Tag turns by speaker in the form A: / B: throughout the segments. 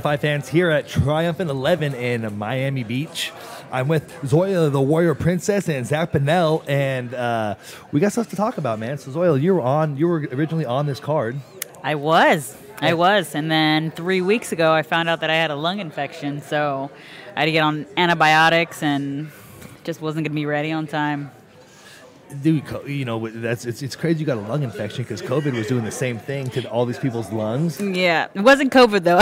A: Five fans here at Triumphant 11 in Miami Beach. I'm with Zoya, the Warrior Princess, and Zach Pinnell, and uh, we got stuff to talk about, man. So Zoya, you were on, you were originally on this card.
B: I was. I was. And then three weeks ago, I found out that I had a lung infection. So I had to get on antibiotics and just wasn't going to be ready on time.
A: Dude, co- you know that's it's, it's crazy. You got a lung infection because COVID was doing the same thing to all these people's lungs.
B: Yeah. It wasn't COVID, though.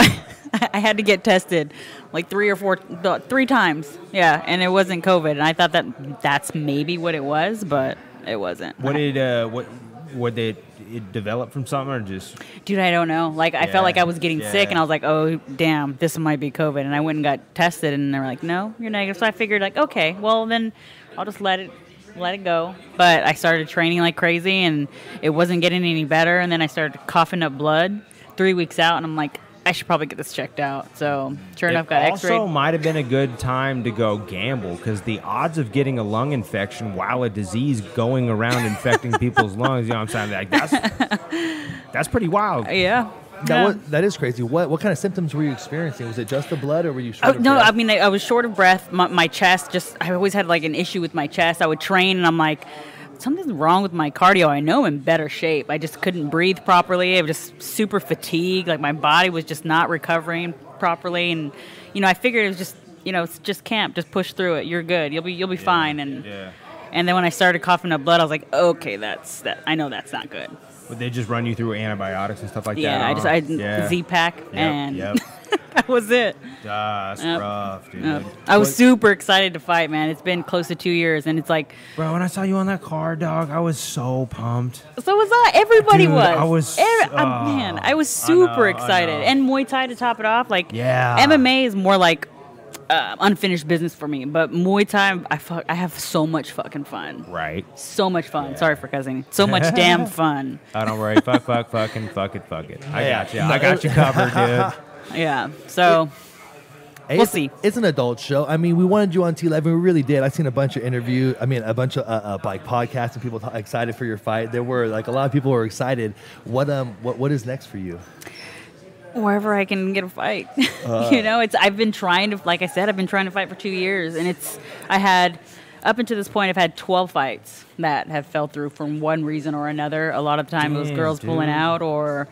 B: I had to get tested like three or four, th- three times. Yeah. And it wasn't COVID. And I thought that that's maybe what it was, but it wasn't.
C: What did uh, what what did it develop from something or just
B: Dude, I don't know. Like, I
C: Yeah,
B: felt like I was getting sick, and
C: yeah.
B: I was like, oh, damn, this might be COVID. And I went and got tested, and they were like, no, you're negative. So I figured, like, okay, well, then I'll just let it let it go. But I started training like crazy, and it wasn't getting any better. And then I started coughing up blood three weeks out, and I'm like, I should probably get this checked out. So sure enough, got
C: it
B: x
C: also
B: rayed.
C: might have been a good time to go gamble because the odds of getting a lung infection while a disease going around infecting people's lungs, you know what I'm saying? Like that's that's pretty wild.
B: Yeah.
A: That
B: Yeah.
A: was, that is crazy. What what kind of symptoms were you experiencing? Was it just the blood, or were you?
B: Oh,
A: Short of
B: no,
A: breath?
B: I mean, I, I was short of breath. My, my chest just, I always had like an issue with my chest. I would train and I'm like, something's wrong with my cardio. I know I'm in better shape. I just couldn't breathe properly. I was just super fatigued. Like my body was just not recovering properly. And, you know, I figured it was just, you know, it's just camp. Just push through it. You're good. You'll be, you'll be fine. And,
C: Yeah.
B: and then when I started coughing up blood, I was like, okay, that's that. I know that's not good.
C: Would they just run you through antibiotics and stuff like
B: Yeah,
C: that?
B: I just,
C: huh?
B: I
C: Yeah.
B: Z pack
C: Yep,
B: and
C: yep.
B: that was it.
C: That's
B: Yep.
C: rough, dude.
B: Uh, I was super excited to fight, man. It's been close to two years, and it's like,
C: Bro, when I saw you on that car, dog, I was so pumped.
B: so was I. Everybody
C: Dude,
B: was.
C: I was-
B: Every- uh,
C: oh,
B: man, I was
C: I know,
B: super
C: I
B: excited.
C: know.
B: And Muay Thai to top it off, like,
C: Yeah.
B: MMA is more like uh, unfinished business for me, but Muay Thai, I fuck, I have so much fucking fun.
C: Right.
B: So much fun. Sorry for cussing. So much damn fun.
C: I Oh, don't worry. fuck, fuck, fucking, fuck it, fuck it. I
A: Yeah.
C: got you. I got you covered, dude.
B: Yeah. So
A: Hey,
B: We'll
A: it's-
B: see.
A: It's an adult show. I mean, we wanted you on T11. We really did. I've seen a bunch of interview. I mean, a bunch of uh, uh, like podcasts and people t- excited for your fight. There were like a lot of people were excited. What um, what what is next for you?
B: wherever I can get a fight.
C: Uh.
B: you know, it's I've been trying to like I said, I've been trying to fight for two years and it's I had up until this point I've had twelve fights that have fell through from one reason or another. A lot of time it was
C: Damn,
B: girls pulling
C: dude.
B: out or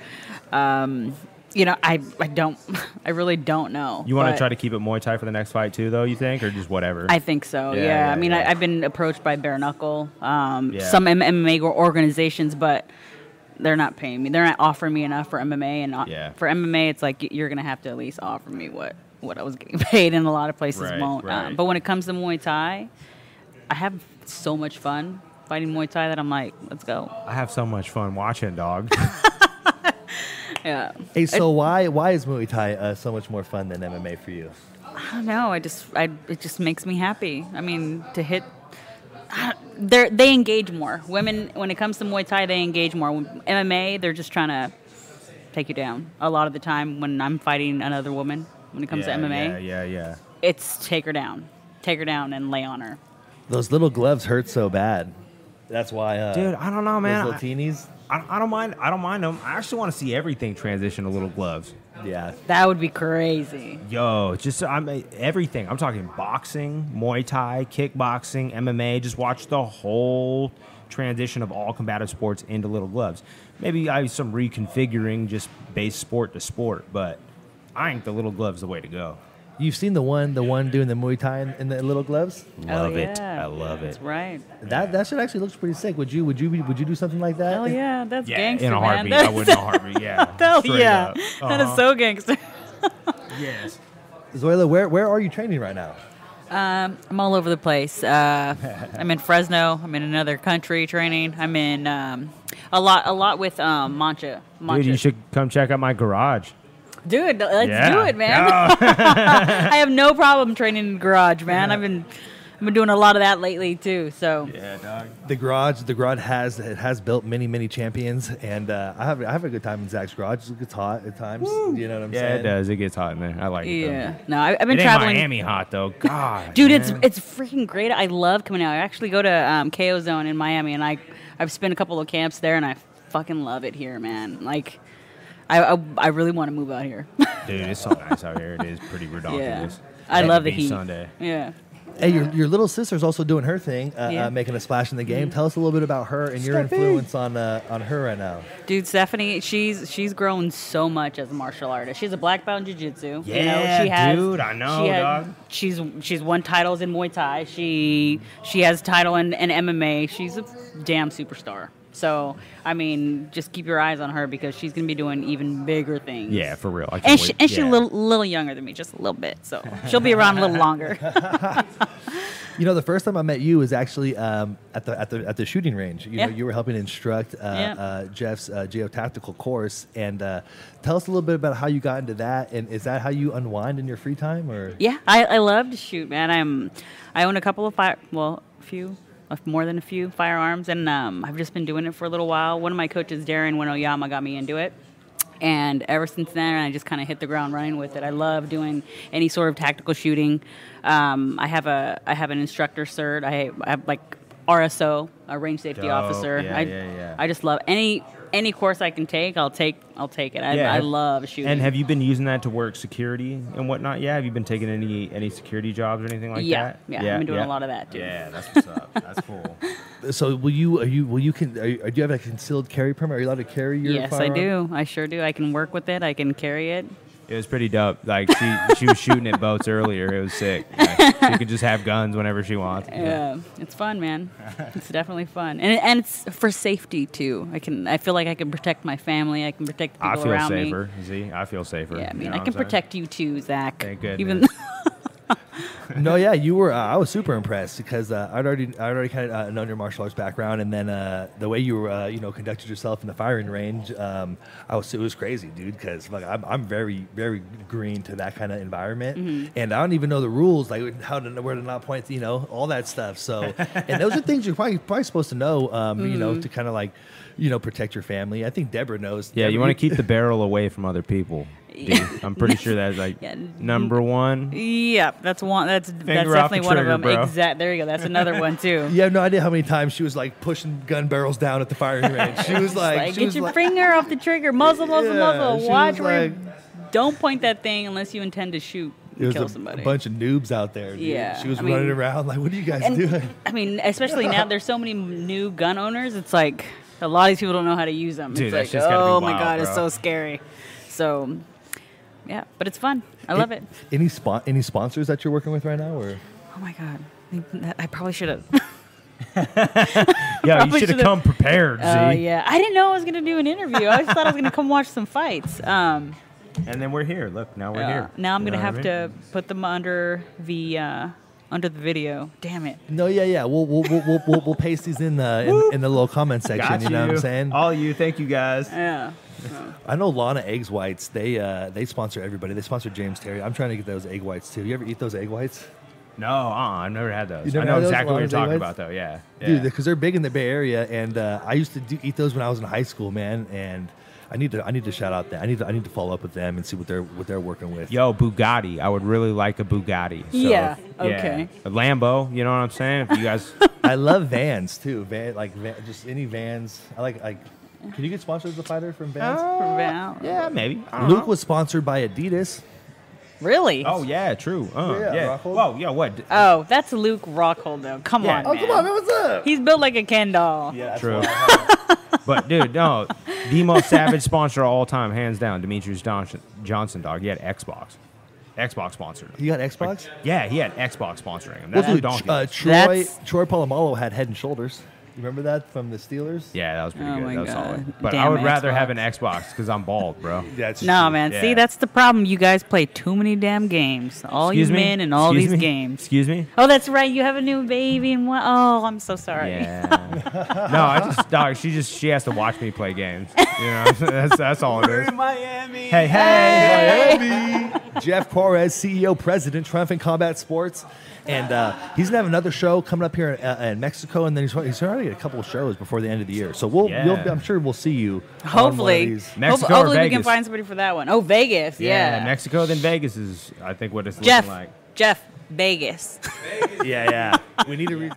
B: um you know, I, I don't I really don't know.
C: You want to
B: but-
C: try to keep it Muay Thai for the next fight too, though? You think, or just whatever?
B: I think so. Yeah.
C: Yeah, yeah,
B: I mean,
C: yeah.
B: I, I've been approached by bare knuckle, um,
C: Yeah.
B: some M- MMA or- organizations, but they're not paying me. They're not offering me enough for MMA, and uh,
C: Yeah.
B: for MMA, it's like y- you're gonna have to at least offer me what what I was getting paid, and a lot of places
C: Right,
B: won't. Um,
C: right.
B: but when it comes to Muay Thai, I have so much fun fighting Muay Thai that I'm like, let's go.
C: I have so much fun watching, dog.
B: Yeah.
A: Hey, so why why is Muay Thai uh, so much more fun than MMA for you?
B: I don't know. I just, I, it just makes me happy. I mean, to hit, they they engage more. Women, when it comes to Muay Thai, they engage more. When MMA, they're just trying to take you down. A lot of the time, when I'm fighting another woman, when it comes
C: yeah,
B: to MMA,
C: Yeah, yeah, yeah.
B: it's take her down, take her down, and lay on her.
A: Those little gloves hurt so bad. That's why, uh,
C: Dude, I don't know, man.
A: Those
C: I,
A: Latinis.
C: I, I don't mind. I don't mind them. I actually want to see everything transition to little gloves.
A: Yeah.
B: That would be crazy.
C: Yo, just I'm everything. I'm talking boxing, Muay Thai, kickboxing, MMA. Just watch the whole transition of all combative sports into little gloves. Maybe I some reconfiguring, just base sport to sport, but I think the little gloves the way to go.
A: You've seen the one the one doing the Muay Thai in, in the little gloves.
C: Love
B: oh,
C: it.
B: yeah.
C: I love
B: That's
C: it.
B: right.
A: That that shit actually looks pretty sick. Would you would you be- would you do something like that?
B: Hell yeah, that's
C: Yeah,
B: gangster,
C: in a heartbeat.
B: man.
C: I would in a heartbeat. Yeah.
B: Hell
C: Straight
B: yeah,
C: up.
B: that is
C: Uh-huh.
B: so gangster.
C: Yes.
A: Zoila, where where are you training right now?
B: I'm all over the place. Uh, I'm in Fresno. I'm in another country training. I'm in um, a lot, a lot with um, Mancha. Mancha.
C: Dude, you should come check out my garage.
B: Dude, let's
C: Yeah.
B: do it, man.
C: Oh,
B: I have no problem training in the garage, man. I've been, I've been doing a lot of that lately too. So
C: yeah, dog.
A: The garage, the garage has it has built many many champions, and uh, I have I have a good time in Zach's garage. It's hot at times. You know what I'm
C: Yeah,
A: saying?
C: it does. It gets hot in there. I like
B: yeah,
C: it. though.
B: no, I, I've
C: It
B: been
C: ain't
B: traveling.
C: Miami hot though. God,
B: Dude, it's
C: man.
B: it's freaking great. I love coming out. I actually go to um, KO Zone in Miami, and I I've spent a couple of camps there, and I fucking love it here, man. Like, I I, I really want to move out here.
C: Dude, it's so nice out here. It is pretty
B: yeah,
C: ridiculous.
B: I love the
C: Beach
B: heat.
C: Sunday.
B: Yeah.
A: Hey, your, your little sister's also doing her thing, uh,
B: Yeah. Mm-hmm.
A: uh, making a splash in the game. Tell us a little bit about her and your
C: Steffi.
A: influence on uh, on her right now.
B: Dude, Stephanie, she's she's grown so much as a martial artist. She's a black belt in jiu-jitsu. you
C: Yeah,
B: know, she has,
C: dude, I know,
B: she
C: dog.
B: She's she's won titles in Muay Thai. She she has title in, in MMA. She's a damn superstar. So I mean, just keep your eyes on her because she's gonna be doing even bigger things.
C: Yeah, for real. I can't
B: And
C: wait.
B: she and she's a
C: Yeah.
B: little, little younger than me, just a little bit. So she'll be around a little longer.
A: You know, the first time I met you was actually um, at the at the at the shooting range. You
B: Yeah.
A: know, you were helping instruct uh,
B: Yeah.
A: uh, Jeff's uh, geotactical course, and uh, tell us a little bit about how you got into that, and is that how you unwind in your free time, or
B: Yeah, I, I love to shoot, man. I'm I own a couple of fire, well, a few, uh, more than a few firearms, and um, I've just been doing it for a little while. One of my coaches, Darren Winoyama, got me into it. And ever since then, I just kind of hit the ground running with it. I love doing any sort of tactical shooting. Um, I have a I have an instructor cert. I, I have like RSO, a range safety
C: Dope.
B: officer.
C: Yeah,
B: I,
C: yeah, yeah.
B: I just love any any course I can take. I'll take I'll take it. I,
C: Yeah,
B: I
C: have-
B: love shooting.
C: And have you been using that to work security and whatnot? Yeah, have you been taking any any security jobs or anything like
B: Yeah,
C: that?
B: yeah, I've been doing a lot of that, dude.
C: Yeah, that's what's up. That's cool.
A: so? Will you? Are you? Will you? Can? Are you, do you have a concealed carry permit? Are you allowed to carry your?
B: yes,
A: firearm?
B: I do. I sure do. I can work with it. I can carry it.
C: It was pretty dope. Like she she was shooting at boats earlier. It was sick. Like, she could just have guns whenever she wants.
B: Yeah, it's fun, man. It's definitely fun, and and it's for safety too. I can. I feel like I can protect my family. I can protect the
C: I
B: people
C: feel
B: around
C: safer. See, I feel safer.
B: me. Yeah, I mean,
C: You know
B: I
C: what
B: can
C: I'm saying?
B: protect you too, Zach.
C: Thank goodness.
B: Even
A: no, yeah, you were. Uh, I was super impressed because uh, I'd already, I'd already kind of uh, known your martial arts background, and then uh, the way you were, uh, you know, conducted yourself in the firing range, um, I was, it was crazy, dude. Because like I'm, I'm very, very green to that kind of environment,
B: Mm-hmm.
A: and I don't even know the rules, like how to where to not point, you know, all that stuff. So, and those are things you're probably, probably supposed to know, um, you
B: Mm-hmm.
A: know, to kind of like, you know, protect your family. I think Deborah knows.
C: Yeah, you
A: Deborah,
C: want to keep the barrel away from other people. Dude. I'm pretty sure that's like
B: Yeah.
C: number one.
B: yeah, that's one. That's that's
C: Finger off the
B: definitely one
C: trigger,
B: of them.
C: bro.
B: Exact. There you go. That's another one too.
A: You have no idea how many times she was like pushing gun barrels down at the firing range. She was like,
B: Like,
A: she
B: get
A: was
B: your
A: like,
B: finger off the trigger. Muzzle,
A: Yeah,
B: muzzle,
A: she
B: muzzle. Watch
A: was
B: where. you-
A: like-
B: don't point that thing unless you intend to shoot.
A: It
B: and
A: was
B: Kill
A: a,
B: somebody.
A: a bunch of noobs out there. dude.
B: Yeah,
A: she was
B: I
A: running
B: mean-
A: around like, "What are you guys doing?"
B: And I mean, especially now, there's so many new gun owners. It's like a lot of these people don't know how to use them.
C: Dude,
B: it's
C: that
B: like,
C: shit's gotta be
B: oh my
C: wild,
B: god, it's
C: bro.
B: so scary. So, yeah, but it's fun. I love it.
A: Any spot? Any sponsors that you're working with right now? Or
B: Oh my god, That- I probably should have.
C: Yeah, you
B: Probably
C: should have
B: should've-
C: come prepared, Z.
B: Oh yeah, I didn't know I was gonna do an interview. I just thought I was gonna come watch some fights. Um,
C: And then we're here. Look, now we're
B: uh,
C: here.
B: now I'm
C: You
B: gonna
C: know what
B: have
C: I mean?
B: to put them under the uh, under the video. Damn it.
A: no? Yeah, yeah. We'll we'll we'll, we'll, we'll, we'll paste these in the in, in the little comment section.
C: Got
A: you know what I'm saying?
C: All you. Thank you guys.
B: Yeah.
A: I know Lana Eggs Whites. They uh, they sponsor everybody. They sponsor James Terry. I'm trying to get those egg whites too. You ever eat those egg whites?
C: No, uh-uh, I've never had those.
A: You never
C: I know
A: had those
C: exactly what you're
A: ones
C: talking
A: anyways?
C: about, though. Yeah.
A: Dude,
C: yeah.
A: because they're big in the Bay Area, and uh, I used to do, eat those when I was in high school, man. And I need to I need to shout out that I need to, I need to follow up with them and see what they're what they're working with.
C: Yo, Bugatti. I would really like a Bugatti. So,
B: Yeah, okay.
C: A Lambo. You know what I'm saying? If you guys,
A: I love Vans too. Van, like van, just any Vans. I like like. Can you get sponsored as a fighter from Vans?
C: Uh-huh.
B: Val-
C: Uh, yeah, maybe. I don't know.
A: Luke was sponsored by Adidas.
B: Really?
C: Oh yeah, true. Uh,
A: Yeah,
C: yeah.
A: Rockhold.
C: Whoa, yeah. What? d-
B: Oh, that's Luke Rockhold though. Come
C: Yeah.
B: on.
C: Oh,
B: man.
A: what's up?
B: He's built like a Ken doll.
A: Yeah, that's
C: True.
A: why.
C: but dude, no, the most savage sponsor of all time, hands down, Demetrius Don- Johnson. Dog. He had Xbox. Xbox sponsored him.
A: You got Xbox?
C: Yeah, he had Xbox sponsoring him.
A: Well,
C: That's
A: dude,
C: donkey.
A: uh, Troy
B: That's-
A: Troy Polamalu had Head and Shoulders. You remember that from the Steelers?
C: yeah, that was pretty
B: Oh
C: good.
B: my
C: That was
B: God.
C: solid. But I
B: Damn
C: would rather
B: Xbox.
C: have an Xbox because I'm bald, bro.
A: That's
B: No, man.
C: Yeah.
B: See, that's the problem. You guys play too many damn games. All
C: Excuse
B: you
C: me.
B: men and all
C: Excuse
B: these
C: me?
B: games.
C: Excuse me.
B: Oh, that's right. You have a new baby and what? Oh, I'm so sorry.
C: Yeah. no, I just dog. She just she has to watch me play games. You know, that's that's all it is.
D: Miami.
C: Hey, hey.
A: Jeff Juarez, CEO, president, Triumphant Combat Sports. And uh, he's going to have another show coming up here in, uh, in Mexico. And then he's, he's already got a couple of shows before the end of the year. So we'll,
C: Yeah.
A: you'll, I'm sure we'll see you. on one of
B: Hopefully,
A: these.
C: Mexico or
B: hopefully we can
C: Vegas?
B: find somebody for that one. Oh, Vegas. Yeah.
C: Mexico then Vegas is I think what it's
B: Jeff.
C: looking like.
B: Jeff. Vegas.
A: Yeah, yeah. we need to. Re-